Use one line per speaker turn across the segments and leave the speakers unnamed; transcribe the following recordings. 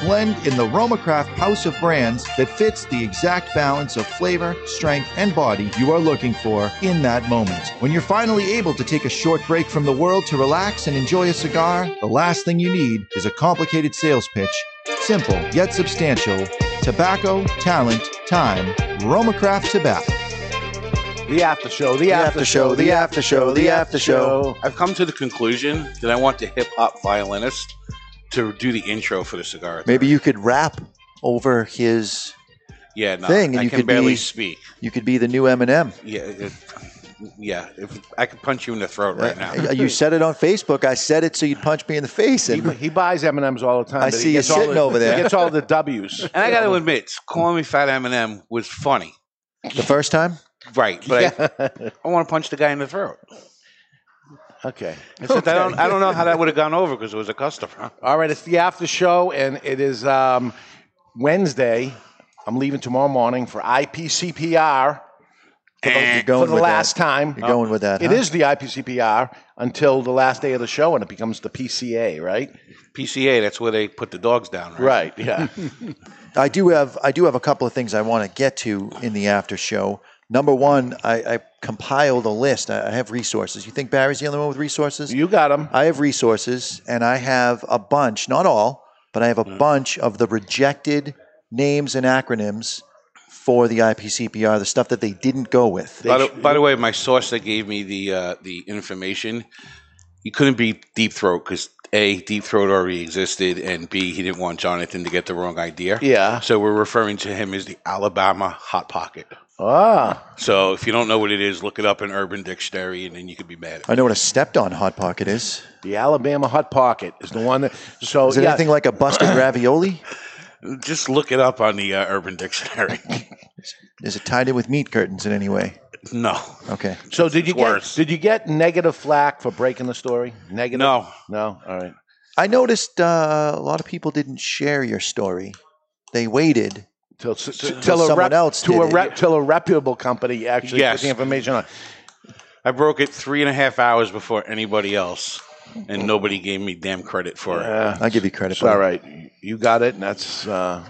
blend in the Romacraft House of Brands that fits the exact balance of flavor, strength, and body you are looking for in that moment. When you're finally able to take a short break from the world to relax and enjoy a cigar, the last thing you need is a complicated sales pitch. Simple yet substantial. Tobacco, talent, time, Romacraft Tobacco.
The after show, the, after, show, the after show, the after show.
I've come to the conclusion that I want the hip hop violinist to do the intro for the cigar.
Maybe you could rap over his.
yeah, no,
thing, and
I
you
can
could
barely
be-
speak.
You could be the new Eminem.
Yeah, it, yeah. If I could punch you in the throat right now.
Uh, you said it on Facebook. I said it so you'd punch me in the face.
He,
And
he buys M and M's all the time.
I
but he
see you
gets all
sitting
the-
over there.
He gets all the W's.
and I got to admit, calling me Fat Eminem was funny,
the first time,
right? But I, I want to punch the guy in the throat.
Okay.
Except I don't. I don't know how that would have gone over because it was a customer.
All right. It's the after show, and it is um, Wednesday. I'm leaving tomorrow morning for IPCPR
you're
for
going
the
with
last
that.
time.
You're going with that.
It
huh?
is the IPCPR until the last day of the show, and it becomes the PCA, right?
PCA. That's where they put the dogs down. Right.
Right. Yeah.
I do have I do have a couple of things I want to get to in the after show. Number one, I, I compiled a list. I, I have resources. You think Barry's the only one with resources?
you got them.
I have resources, and I have a bunch, not all, but I have a bunch of the rejected names and acronyms for the IPCPR, the stuff that they didn't go with.
By the, by the way, my source that gave me the uh, the information, he couldn't be Deep Throat because a Deep Throat already existed, and b he didn't want Jonathan to get the wrong idea.
Yeah.
So we're referring to him as the Alabama Hot Pocket.
Ah.
So if you don't know what it is, look it up in Urban Dictionary, and then you could be mad. At
I know what a stepped on Hot Pocket is.
The Alabama Hot Pocket is the one that. So
Is it
yeah,
anything like a busted ravioli?
me. Just look it up on the uh, Urban Dictionary.
Is it tied in with meat curtains in any way?
no,
Okay.
So did you
It's
get
worse.
did you get negative flack for breaking the story? Negative?
no.
No. All right.
I noticed uh, a lot of people didn't share your story. They waited.
Till, s- s- till, a
someone
rep,
else
to
did
a
it.
rep, till a reputable company actually
Yes.
put the information on.
I broke it three and a half hours before anybody else, and nobody gave me damn credit for it.
Uh,
I give you credit.
it's
for
all right. You got it, and that's. Uh,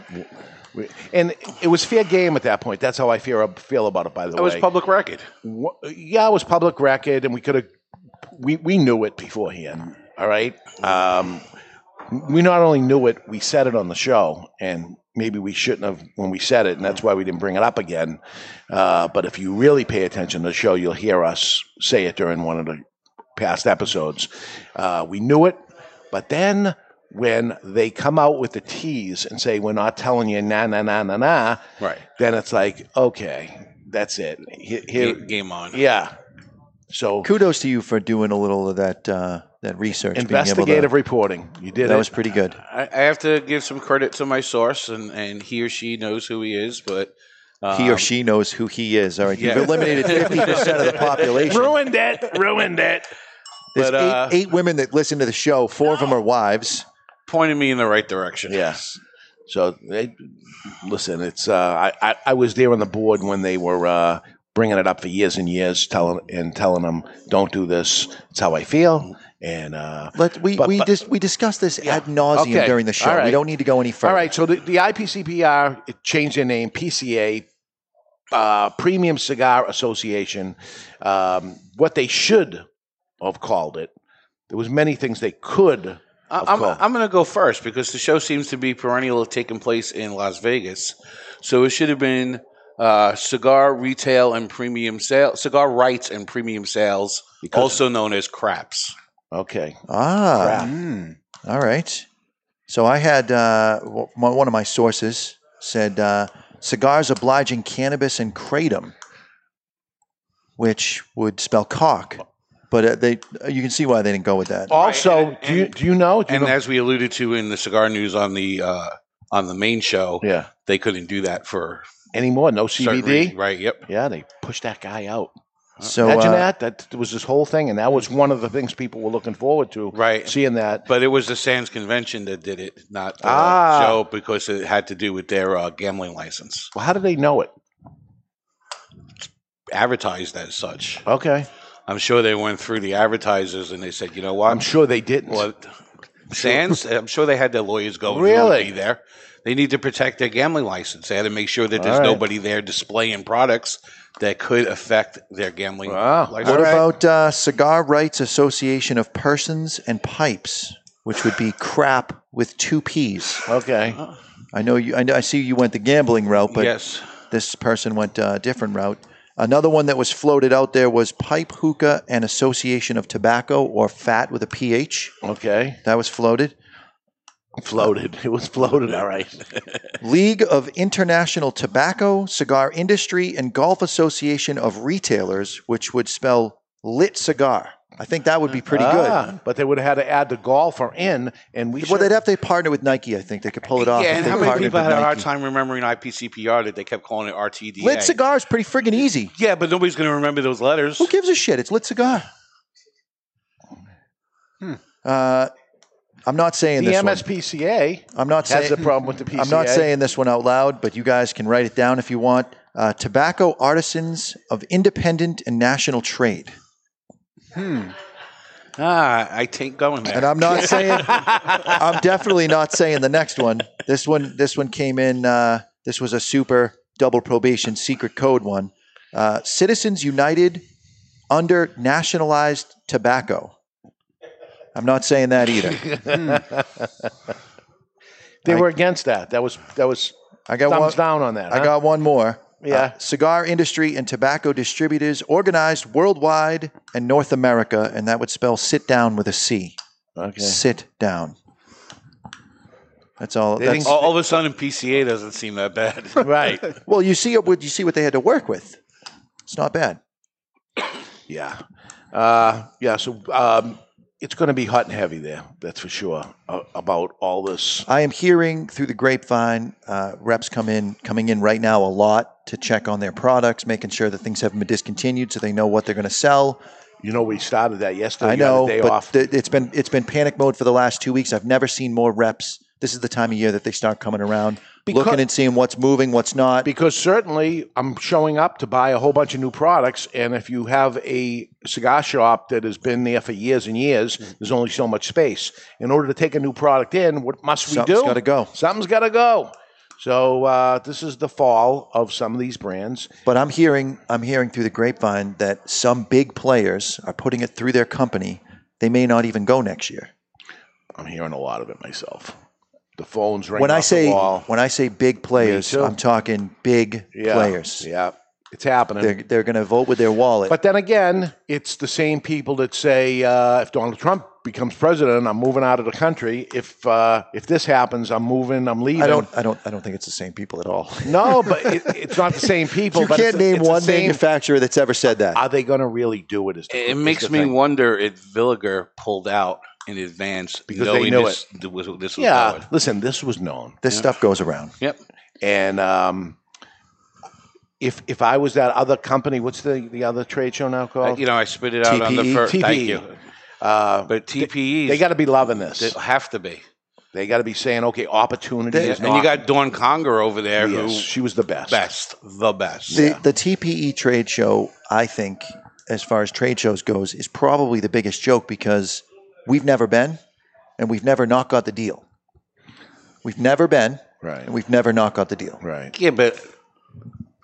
we- and it was fair game at that point. That's how I feel, feel about it. By the
That was
way,
public record.
Wha- yeah, it was public record, and we could have we, we knew it beforehand. All right, um, we not only knew it, we said it on the show, and maybe we shouldn't have when we said it, and that's why we didn't bring it up again. Uh, but if you really pay attention to the show, you'll hear us say it during one of the past episodes. Uh, we knew it, but then when they come out with the tease and say we're not telling you na na na na na,
Right.
then it's like okay. That's it. Here, here-
Ga- game on.
yeah. So
Kudos to you for doing a little of that uh, that research. being able to-
investigative reporting. You did
that
it.
was pretty good.
I, I have to give some credit to my source, and, and he or she knows who he is, but um,
He
Um,
or she knows who he is. All right, you've
yeah.
eliminated fifty percent of the population.
ruined it. Ruined it.
There's
But, uh,
eight, eight women that listen to the show. Four of them are wives.
pointed me in the right direction.
Yes. So they, listen, it's uh, I, I I was there on the board when they were uh, bringing it up for years and years, telling and telling them don't do this. It's how I feel. And uh,
Let we
But-
we
but-
dis, we discussed this ad nauseum
Okay.
during the show.
All right.
We don't need to go any further.
all right, so the, the IPCPR it changed their name PCA. Uh, Premium Cigar Association. Um, what they should have called it. There was many things they could
I,
Of
I'm,
course.
I'm going to go first because the show seems to be perennial taking place in Las Vegas. So it should have been uh, cigar retail and premium sale, cigar rights and premium sales,
Because-
also known as craps.
Okay.
Ah,
Crap.
all right. So I had uh, w- my, one of my sources said uh, cigars obliging cannabis and kratom. which would spell cock. But uh, they, you can see why they didn't go with that.
Also,
and-
do you
and-
do you know? Do you
And
know?
as we alluded to in the cigar news on the uh, on the main show,
yeah.
they couldn't do that for
Anymore, no
certain
CBD.
reason- right? Yep.
Yeah, they pushed that guy out.
So
Imagine
uh,
that. That was this whole thing, and that was one of the things people were looking forward to.
Right.
Seeing that.
But it was the Sands Convention that did it, not the
Ah.
show, because it had to do with their uh, gambling license,
Well, how do they know it?
advertised as such.
Okay.
I'm sure they went through the advertisers and they said, you know what?
I'm sure they didn't.
What Sands? I'm sure they had their lawyers go. and
Really?
be there. They need to protect their gambling license. They had to make sure that there's
All right.
nobody there displaying products that could affect their gambling
Wow.
license.
What
All right.
about uh, Cigar Rights Association of Persons and Pipes, which would be crap with two P's?
Okay.
uh-uh.
I know you. I, know, I see you went the gambling route, but
yes.
this person went uh, a different route. Another one that was floated out there was Pipe Hookah and Association of Tobacco or FAT with a PH.
Okay.
That was floated.
Floated. It was floated. All right.
League of International Tobacco, Cigar Industry, and Golf Association of Retailers, which would spell lit cigar. I think that would be pretty good.
Ah, But they would have had to add the golfer in, and we.
Well,
should-
they'd have to partner with Nike. I think they could pull it off.
Yeah,
if
and
they
how many
partnered
people
with
had a hard
Nike.
time remembering IPCPR that they kept calling it RTDA?
Lit cigar is pretty friggin' easy.
Yeah, but nobody's going to remember those letters.
Who gives a shit? It's lit cigar.
Hmm.
Uh, I'm not saying
the
this. one.
MSPCA
I'm not
has
saying.
a problem with the PCA.
I'm not saying this one out loud, but you guys can write it down if you want. Uh, tobacco artisans of independent and national trade.
Ah, I ain't going there.
uh,
And I'm not saying I'm definitely not saying the next one. This one this one came in uh, this was a super double probation secret code one. Uh, Citizens United under nationalized tobacco. I'm not saying that either.
they were against that. That was that was
I got
thumbs
one
down on that.
I
huh?
got one more. Uh,
Yeah.
cigar industry and tobacco distributors organized worldwide and North America, and that would spell sit down with a C.
okay.
Sit down. That's all.
They
That's,
didn't-
all, all of a sudden, PCA doesn't seem that bad.
Right.
Well, you see what you see what they had to work with. It's not bad.
Yeah. Uh, yeah. So um, it's going to be hot and heavy there. That's for sure. Uh, about all this.
I am hearing through the grapevine uh, reps come in coming in right now a lot to check on their products, making sure that things haven't been discontinued, so they know what they're going to sell.
You know, we started that yesterday.
I
You had a
know,
day
but
off.
th- it's been it's been panic mode for the last two weeks. I've never seen more reps. This is the time of year that they start coming around,
Because-
looking and seeing what's moving, what's not.
because certainly I'm showing up to buy a whole bunch of new products. And if you have a cigar shop that has been there for years and years,
Mm.
there's only so much space. In order to take a new product in, what must we
Something's
do?
gotta go.
Something's got to go. So uh, this is the fall of some of these brands.
But I'm hearing I'm hearing through the grapevine that some big players are putting it through their company. They may not even go next year.
I'm hearing a lot of it myself. The phones ring
when I
off
say
the wall.
when I say big players,
too.
I'm talking big
Yeah,
players.
Yeah, it's happening.
They're they're going to vote with their wallet.
But then again, it's the same people that say uh, if Donald Trump becomes president, I'm moving out of the country. If uh, if this happens, I'm moving. I'm leaving.
I don't I don't I don't think it's the same people at all.
No, but it, it's not the same people.
you
but
can't
it's,
name
it's the
one
same-
manufacturer that's ever said that.
Are they going to really do it? Is the,
It
is
makes
the
me
thing.
wonder if Villiger pulled out in advance
Because they
knowing
knew
this, th- was- this was
Yeah,
going.
listen, this was known,
this stuff goes around.
Yep.
and um, if if I was that other company, what's the the other trade show now
Uh,
called?
you know, I spit it out on the
TPE.
first. Thank
TPE.
you.
uh,
But TPEs,
E. they got to be loving this.
they have to be.
They got to be saying, okay, opportunity
Yeah,
is
and you
not-
got Dawn Conger over there,
Yes,
who
she was the best.
best, the best.
The the TPE trade show, I think, as far as trade shows goes, is probably the biggest joke because we've never been and we've never not got the deal. We've never been
Right.
and we've never not got the deal.
Right.
yeah, but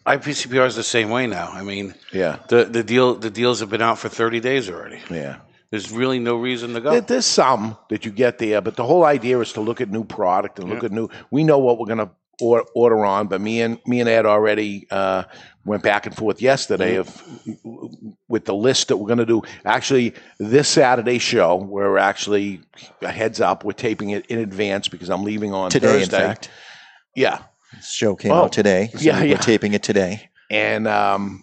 IPCPR is the same way now. I mean,
Yeah.
the the deal the deals have been out for thirty days already.
Yeah.
There's really no reason to go.
There- There's some that you get there, but the whole idea is to look at new product and look at new. We know what we're gonna or, order on, but me and me and Ed already uh, went back and forth yesterday
Mm-hmm.
of with the list that we're gonna do. Actually, this Saturday show, we're actually a heads up. We're taping it in advance because I'm leaving on
Today,
Thursday.
in fact,
Yeah,
this show came
Oh.
out today. So
Yeah,
we're
yeah.
taping it today.
and um,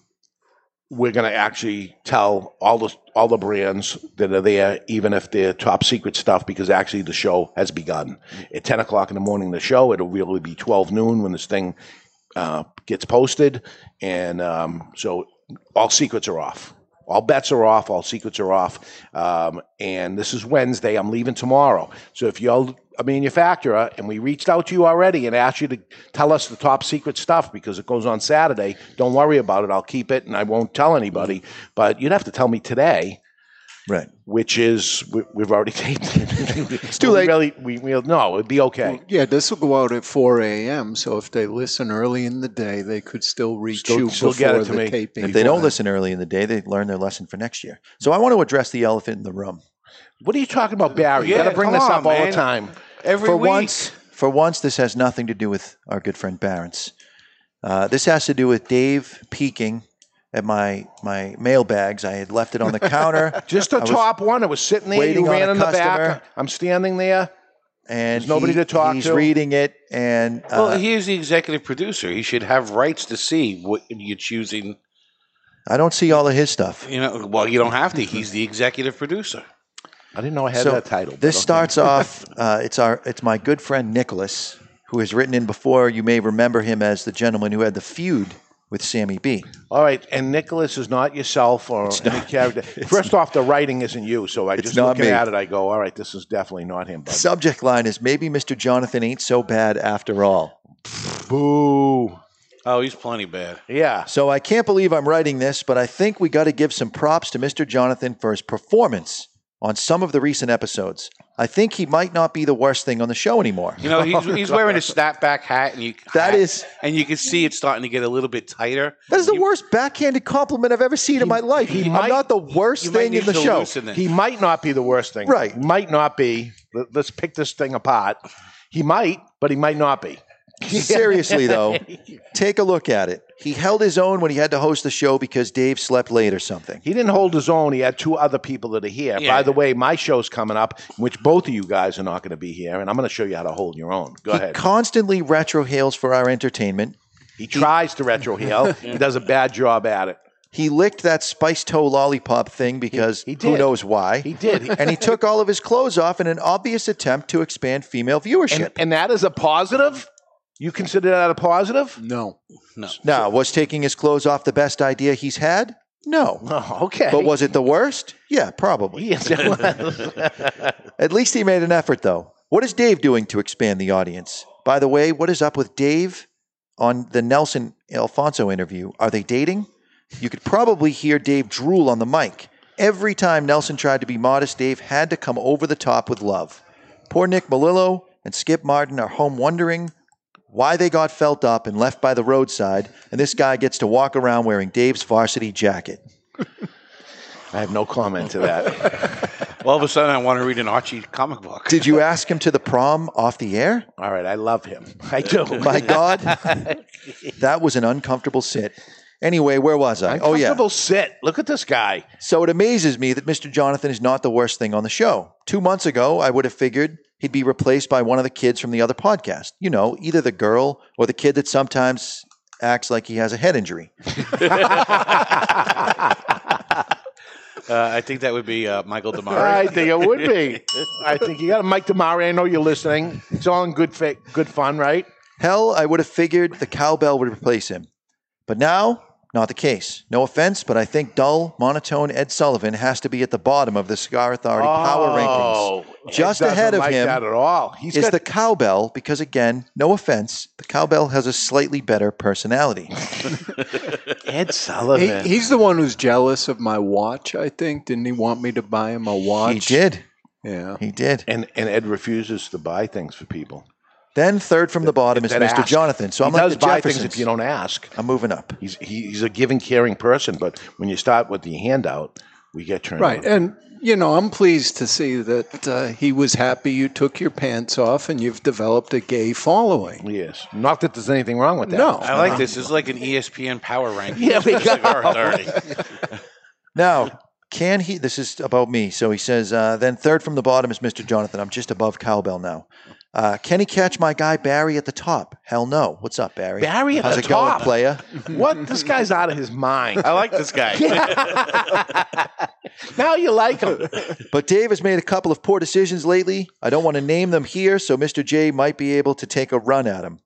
we're going to actually tell all the all the brands that are there, even if they're top secret stuff, because actually the show has begun at ten o'clock in the morning. The show it'll really be twelve noon when this thing uh, gets posted, and um, so all secrets are off. All bets are off. All secrets are off. Um, and this is Wednesday. I'm leaving tomorrow. So if you're a manufacturer and we reached out to you already and asked you to tell us the top secret stuff because it goes on Saturday, don't worry about it. I'll keep it and I won't tell anybody. But you'd have to tell me today
Right.
which is we, we've already taped it. it's
too late.
Really, we, we'll no, it'd be okay.
Yeah, this will go out at 4 a.m. So if they listen early in the day, they could still reach
Still-
you
still
before
get it to
the
me.
taping.
If they don't listen early in the day, they learn their lesson for next year. So I want to address the elephant in the room.
What are you talking about, Barry?
Yeah,
you gotta bring
come
this up
on,
all the
man.
time.
Every
for
week.
once, for once, this has nothing to do with our good friend Barron's. Uh, this has to do with Dave peeking at my my mailbags. I had left it on the counter,
Just the
was
top one. It was sitting there.
waiting
You
on
ran
a
in the
customer.
back. I'm standing there.
and
There's nobody
he-
to talk
He's
to.
reading it, and uh,
Well, he is the executive producer. He should have rights to see what you're choosing.
I don't see all of his stuff.
You know, well, you don't have to. He's the executive producer.
I didn't know I had
So,
that title. but
This
okay.
starts off. Uh, it's our. It's my good friend Nicholas, who has written in before. You may remember him as the gentleman who had the feud with Sammy B.
All right, and Nicholas is not yourself or any character. First off, the writing isn't you, so I just
not
looking
me.
at it, I go, all right, this is definitely not him. But
Subject line is maybe Mr. Jonathan ain't so bad after all.
boo,
Oh, he's plenty bad.
yeah,
So I can't believe I'm writing this, but I think we got to give some props to Mr. Jonathan for his performance on some of the recent episodes. I think he might not be the worst thing on the show anymore.
You know, he's, he's wearing a snapback hat, and you
That
hat,
is
and you can see it's starting to get a little bit tighter.
that is the worst backhanded compliment I've ever seen in my life.
he
I'm
might-
not the worst
You might
thing
need
in the
to
show.
loosen it.
he might not be the worst thing,
Right.
Might not be. Let- Let's pick this thing apart. He might, but he might not be.
Seriously though, take a look at it. He held his own when he had to host the show because Dave slept late or something.
He didn't hold his own. He had two other people that are here.
Yeah.
By the way, my show's coming up, which both of you guys are not going to be here, and I'm going to show you how to hold your own. Go
he
ahead.
constantly retrohales for our entertainment.
he tries to retro heel. He does a bad job at it.
He licked that spiced toe lollipop thing because
he
who
did.
knows why.
He did. He-
and he took all of his clothes off in an obvious attempt to expand female viewership.
and, and that is a positive. You consider that a positive?
No.
now, was taking his clothes off the best idea he's had? No.
Oh, okay.
But was it the worst? Yeah, probably.
Yes, it was.
At least he made an effort, though. What is Dave doing to expand the audience? By the way, what is up with Dave on the Nelson Alfonso interview? Are they dating? You could probably hear Dave drool on the mic. Every time Nelson tried to be modest, Dave had to come over the top with love. Poor Nick Melillo and Skip Martin are home wondering why they got felt up and left by the roadside, and this guy gets to walk around wearing Dave's varsity jacket.
I have no comment to that.
All of a sudden, I want to read an Archie comic book.
Did you ask him to the prom off the air?
All right, I love him. I do.
My God, that was an uncomfortable sit. Anyway, where was I? Oh, yeah.
Uncomfortable sit. Look at this guy.
So it amazes me that Mr. Jonathan is not the worst thing on the show. Two months ago, I would have figured he'd be replaced by one of the kids from the other podcast. You know, either the girl or the kid that sometimes acts like he has a head injury.
Uh, I think that would be uh, Michael
I
Demare.
think it would be. I think you got a Mike Damari. I know you're listening. It's all in good fa- good fun, right?
Hell, I would have figured the cowbell would replace him. But now, not the case. No offense, but I think dull, monotone Ed Sullivan has to be at the bottom of the Cigar Authority power
Ed
rankings. Just
Oh, doesn't
ahead of
like
him
that at all. He's
is
got
the cowbell because again, no offense, the cowbell has a slightly better personality.
Ed
He,
Sullivan.
he's the one who's jealous of my watch, I think. Didn't he want me to buy him a watch?
he did.
Yeah.
He did.
and and Ed refuses to buy things for people.
Then third from the bottom is
That
Mr.
ask.
Jonathan. So
he
I'm like
does
the
buy
Jeffersons.
things if you don't ask.
I'm moving up.
He's he, he's a giving, caring person, but when you start with the handout, we get turned
Right.
On.
And, you know, I'm pleased to see that uh, he was happy you took your pants off and you've developed a gay following.
Yes. Not that there's anything wrong with that.
No.
I like this. It's like an E ESPN power ranking. Yeah,
we go.
Cigar Authority.
Now, can he? This is about me. So he says, uh, then third from the bottom is Mr. Jonathan. I'm just above Cowbell now. Uh, can he catch my guy Barry at the top? Hell no. What's up, Barry?
Barry at
How's
the
it going,
top?
player?
What? This guy's out of his mind.
I like this guy.
Now you like him.
But Dave has made a couple of poor decisions lately. I don't want to name them here, so Mr. J might be able to take a run at him.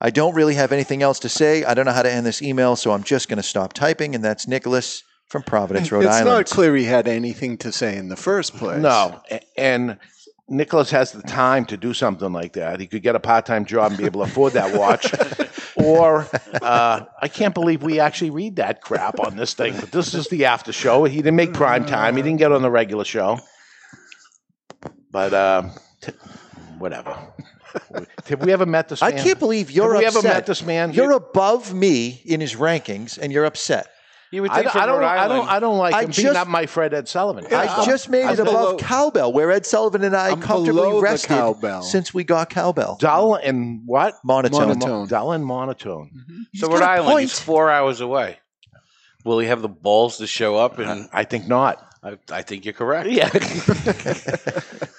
I don't really have anything else to say. I don't know how to end this email, so I'm just going to stop typing. And that's Nicholas from Providence, Rhode
it's
Island.
not clear he had anything to say in the first place.
No, a- and Nicholas has the time to do something like that. He could get a part-time job and be able to afford that watch. or uh, I can't believe we actually read that crap on this thing. But this is the after show. He didn't make prime time. He didn't get on the regular show. But um, t- whatever. Have we ever met this?
I
man?
can't believe you're
Have we
upset.
ever met this man?
You're above me in his rankings, and you're upset.
you would
I,
think
don't-
from
I don't.
Rhode
I don't.
Island.
I don't like
I
him being
just-
up my Fred Ed Sullivan.
I just made it
I'm
above
below-
cowbell, where Ed Sullivan and I
I'm below
comfortably
the
rested
cowbell.
since we got cowbell.
dull and what?
Monotone.
Monotone.
Dull and monotone.
so
got
Rhode
a
Island
point.
is four hours away. Will he have the balls to show up? And
I think not.
I, I think you're correct.
Yeah.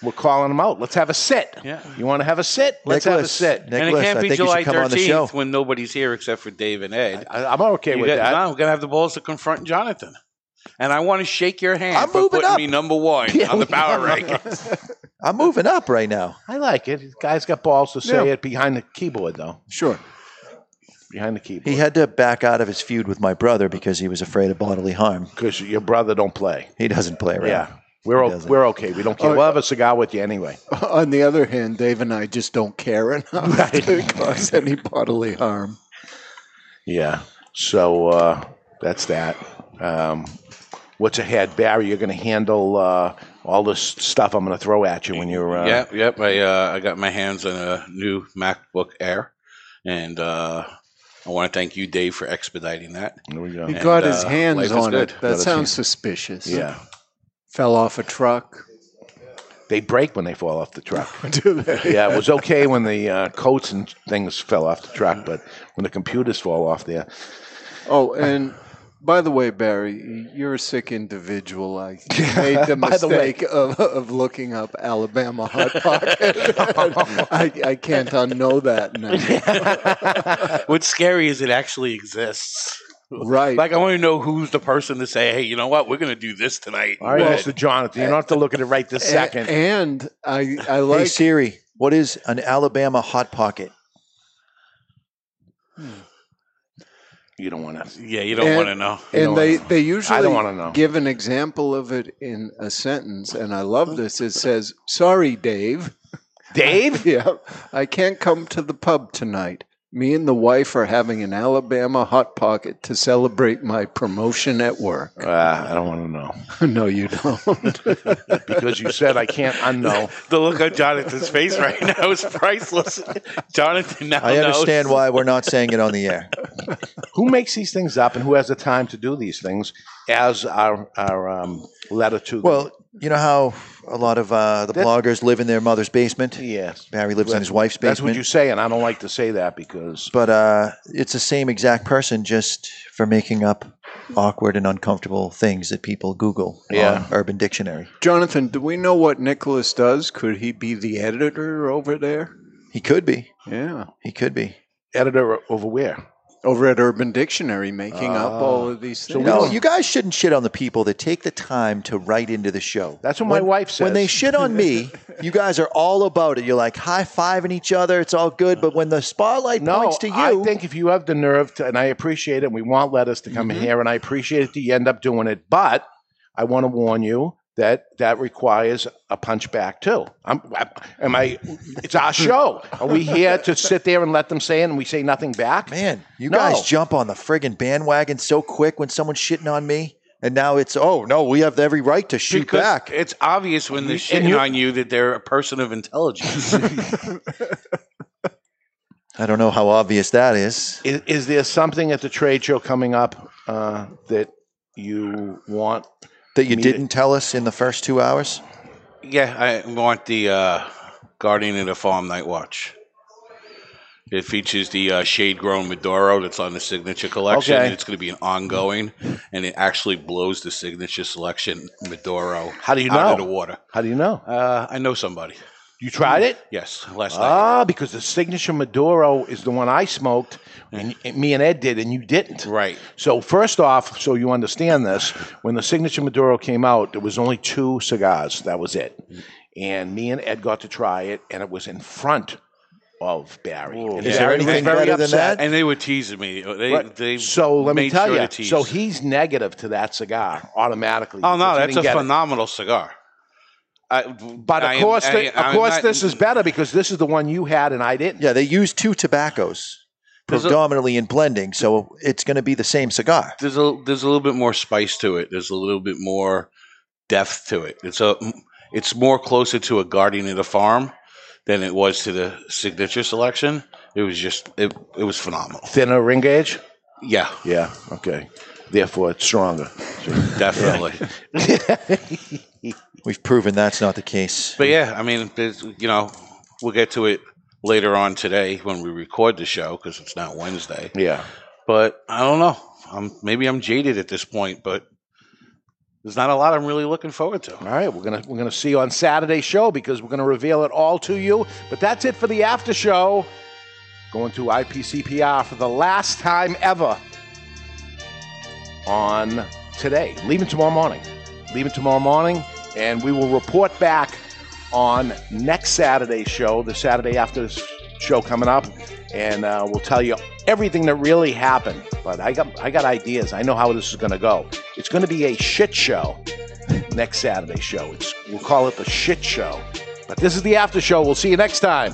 We're calling him out. Let's have a sit.
Yeah.
You want to have a sit? Let's
Nicholas,
have a sit.
and
Nicholas,
it can't
I
be
think you
July
should come on the show.
13th when nobody's here except for Dave and Ed.
I, I'm okay
You
with
got-
that.
no, I'm going to have the balls to confront Jonathan. And I want to shake your hand
I'm
for
moving
putting
up.
me number one on the power rankings.
I'm moving up right now.
I like it. The guy's got balls to say
Yeah.
it behind the keyboard, though.
Sure.
Behind the keyboard.
He had to back out of his feud with my brother because he was afraid of bodily harm.
Because your brother don't play.
He doesn't play around.
Yeah. We're, o-
doesn't.
we're okay. We don't care. We'll have a cigar with you anyway.
On the other hand, Dave and I just don't care enough to cause any bodily harm.
Yeah. So uh, that's that. Um, what's ahead, Barry? You're going to handle uh, all this stuff I'm going to throw at you when you're. Uh,
yep, yep. I uh, I got my hands on a new MacBook Air, and uh, I want to thank you, Dave, for expediting that.
There we go.
He got
uh,
his
life
hands
is
on
good.
it.
Got
That
his
sounds suspicious.
Yeah.
Fell off a truck.
They break when they fall off the truck.
Do they?
yeah, it was okay when the uh, coats and things fell off the truck, but when the computers fall off there,
Oh, and by the way, Barry, you're a sick individual. I made the
By the way.
mistake of, of looking up Alabama Hot Pocket. I, I can't unknow that now.
What's scary is it actually exists.
Right.
Like I want to know who's the person to say, hey, you know what, we're going to do this tonight.
all right,
Well,
Mr. Jonathan, you don't have to look at it right this
eh,
A-
second.
and I, I
hey
like
Siri, what is an Alabama hot pocket?
you don't want to.
yeah, you don't
and-
want to know.
You
and
don't
they,
wanna-
they usually
wanna know.
give an example of it in a sentence, and I love this. It says, "Sorry, Dave.
Dave?
yeah, I can't come to the pub tonight. Me and the wife are having an Alabama hot pocket to celebrate my promotion at work."
Uh, I don't want to know
no, you don't.
because you said I can't unknow.
The look on Jonathan's face right now is priceless. Jonathan now
Oh,
I understand
knows.
why we're not saying it on the air.
Who makes these things up and who has the time to do these things? As our our um, letter to them?
Well, you know how a lot of uh, the
That-
bloggers live in their mother's basement.
yes,
Barry lives in his wife's basement.
that's what you say, and I don't like to say that because
but uh, it's the same exact person just for making up awkward and uncomfortable things that people Google
Yeah.
on Urban Dictionary.
Jonathan, do we know what Nicholas does? Could he be the editor over there?
He could be.
Yeah.
He could be.
editor over where?
Over at Urban Dictionary, making up
Ah.
all of these
So
things.
we
No,
don't-
you guys shouldn't shit on the people that take the time to write into the show.
That's what my
When-
wife says.
When they shit on me, you guys are all about it. You're like high fiving each other. It's all good. But when the spotlight points to you,
I think if you have the nerve to, and I appreciate it, and we want letters to come
Mm-hmm.
in here, and I appreciate it that you end up doing it, but I want to warn you that that requires a punch back too. I'm, I, am I? It's our show. Are we here to sit there and let them say it, and we say nothing back?
man, you
No.
guys jump on the friggin' bandwagon so quick when someone's shitting on me. And now it's, oh, no, we have every right to shoot
Because
back.
It's obvious when they're
And
shitting
you-
on you that they're a person of intelligence.
I don't know how obvious that is.
Is, is there something at the trade show coming up uh, that you want?
That you
Me-
didn't tell us in the first two hours?
Yeah, I want the uh, Guardian of the Farm Night Watch. It features the uh, shade grown Maduro that's on the signature collection.
Okay.
It's going to be an ongoing, and it actually blows the signature selection Maduro
How do you
out of
know?
the water.
How do you know?
Uh, I know somebody.
You tried it?
Yes, last night.
Ah, because the signature Maduro is the one I smoked, and, and me and Ed did, and you didn't.
Right.
So first off, so you understand this, when the signature Maduro came out, there was only two cigars. That was it. And me and Ed got to try it, and it was in front of Barry. And
Is
there
Barry was
anything
very
better than
upset.
that?
And they were teasing me. They,
Uh, Right.
they
so let me
made
tell
sure
you.
to tease.
So he's negative to that cigar automatically.
Oh no,
because he
that's
didn't
a
get it.
phenomenal cigar. I,
But of course, thi- of course, this is better because this is the one you had and I didn't.
Yeah, they use two tobaccos
There's a-
predominantly in blending, so it's going to be the same cigar.
there's a there's a little bit more spice to it. There's a little bit more depth to it. It's a it's more closer to a Guardian of the Farm than it was to the signature selection. It was just it, it was phenomenal.
Thinner ring gauge.
Yeah,
Yeah. Okay. Therefore, it's stronger.
definitely.
We've proven that's not the case.
But yeah, I mean, there's, you know, we'll get to it later on today when we record the show because it's not Wednesday.
Yeah.
But I don't know. I'm maybe I'm jaded at this point, but there's not a lot I'm really looking forward to.
All right, we're gonna we're gonna see you on Saturday's show because we're gonna reveal it all to you. But that's it for the after show. Going to IPCPR for the last time ever on today. Leaving tomorrow morning. Leaving tomorrow morning, and we will report back on next Saturday's show, the Saturday after this show coming up, and uh, we'll tell you everything that really happened. But I got I got ideas. I know how this is gonna go. It's gonna be a shit show next Saturday show. It's we'll call it the shit show. But this is the after show. We'll see you next time.